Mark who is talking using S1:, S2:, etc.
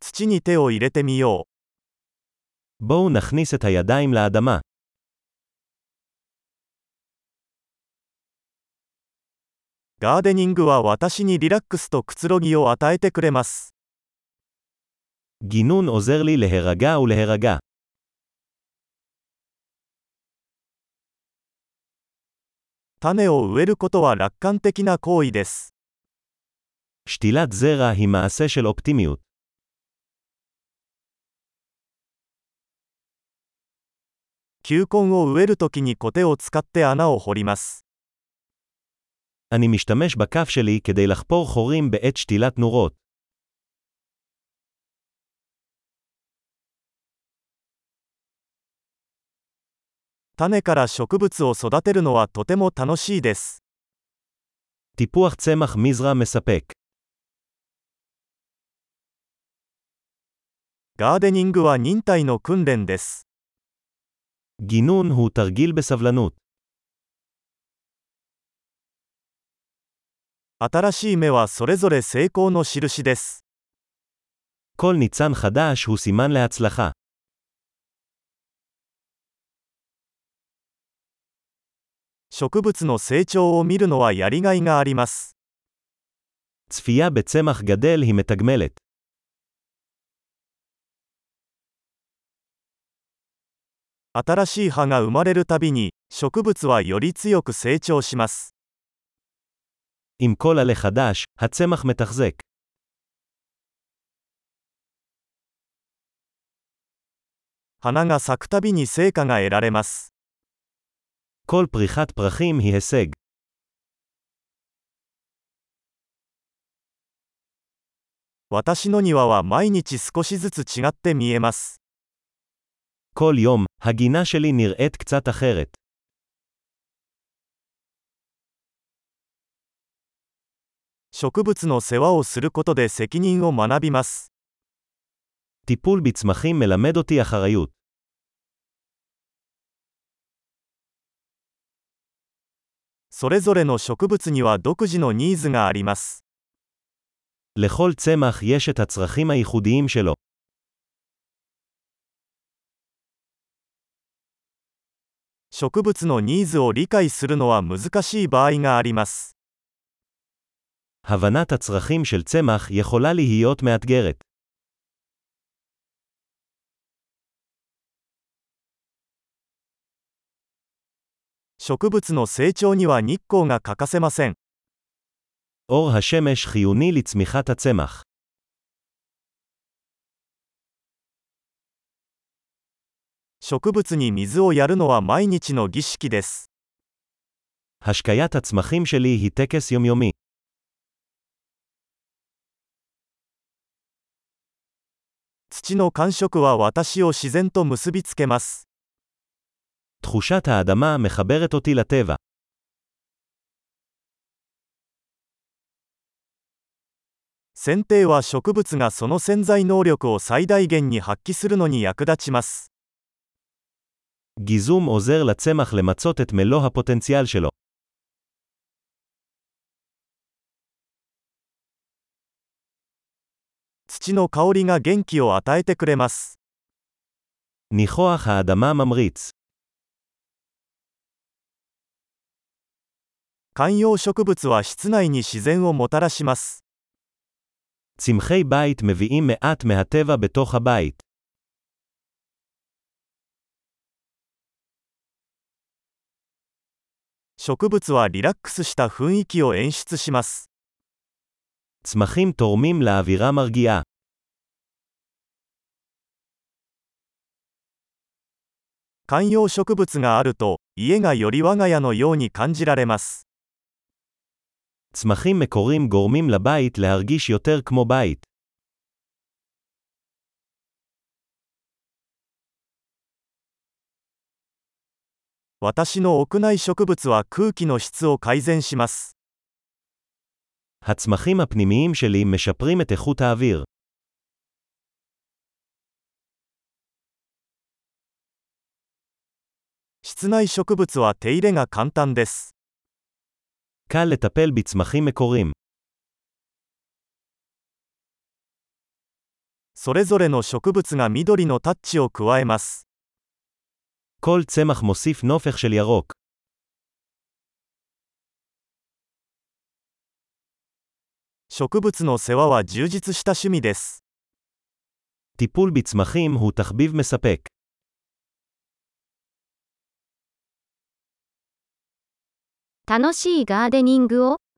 S1: 土に手を入れてみよ
S2: בואו נכניס את הידיים לאדמה.
S1: う。ガーデニングは私にリラックスとくつろぎを与えてくれます。
S2: גינון עוזר לי להירגע ולהירגע.
S1: 種を植えることは楽観的な行為です。
S2: שתילת זרע היא מעשה של אופטימיות.
S1: 球根を植えるときにコテを使って穴を掘ります。
S2: אני משתמש בכף שלי כדי לחפור חורים בעת שתילת נורות.
S1: 種から植物を育てるのはとても楽しいです。
S2: טיפוח צמח מזרע מספק.
S1: ガーデニングは忍耐の訓練です。
S2: גינון הוא תרגיל בסבלנות.
S1: 新しい芽はそれぞれ成功の印です。
S2: כל ניצן חדש הוא סימן להצלחה.
S1: 植物の成長を見るのはやりがいがあります。
S2: צפייה בצמח גדל היא מתגמלת.
S1: 新しい葉が生まれるたびに、植物はより強く成長します。
S2: עם כל עלה חדש, הצמח מתחזק.
S1: 花が咲くたびに成果が得られます。
S2: כל פריחת פרחים היא הישג.
S1: 私の庭は毎日少しずつ違って見えます。
S2: כל יום, הגינה שלי נראית קצת אחרת.
S1: 植物の世話をすることで責任を学びます。
S2: טיפול בצמחים מלמד אותי אחריות.
S1: それぞれの植物には独自のニーズがあります。
S2: לכל צמח יש את הצרכים הייחודיים שלו.
S1: 植物のニーズを理解するのは難しい場合があります。
S2: הבנת הצרכים של צמח יכולה להיות מאתגרת.
S1: 植物の成長には日光が欠かせません。
S2: אור השמש חיוני לצמיחת הצמח.
S1: 植物に水をやるのは毎日の儀式です。
S2: השקיית הצמחים שלי היא טקס יומיומי.
S1: 土の感触は私を自然と結びつけます。
S2: תחושת האדמה מחברת אותי לטבע.
S1: 剪定は植物がその潜在能力を最大限に発揮するのに役立ちます。
S2: גיזום עוזר לצמח למצות את מלוא הפוטנציאל שלו.
S1: 土の香りが元気を与えてくれます。
S2: ניחוח האדמה ממריץ.
S1: 観葉植物は室内に自然をもたらします。
S2: צמחי בית מביאים מעט מהטבע בתוך הבית.
S1: 植物はリラックスした雰囲気を演出します。
S2: צמחים תורמים לאווירה מרגיעה.
S1: 観葉植物があると、家がより我が家のように感じられます。
S2: צמחים מקורים גורמים לבית להרגיש יותר כמו בית.
S1: 私の屋内植物は空気の質を改善します。
S2: הצמחים הפנימיים שלי משפרים את איכות האוויר.
S1: 室内植物は手入れが簡単です。
S2: קל לטפל בצמחים מקורים.
S1: それぞれの植物が緑のタッチを加えます。
S2: כל צמח מוסיף נופך של ירוק.
S1: 植物の世話は充実した趣味です。
S2: טיפול בצמחים הוא תחביב מספק.
S3: 楽しいガーデニングを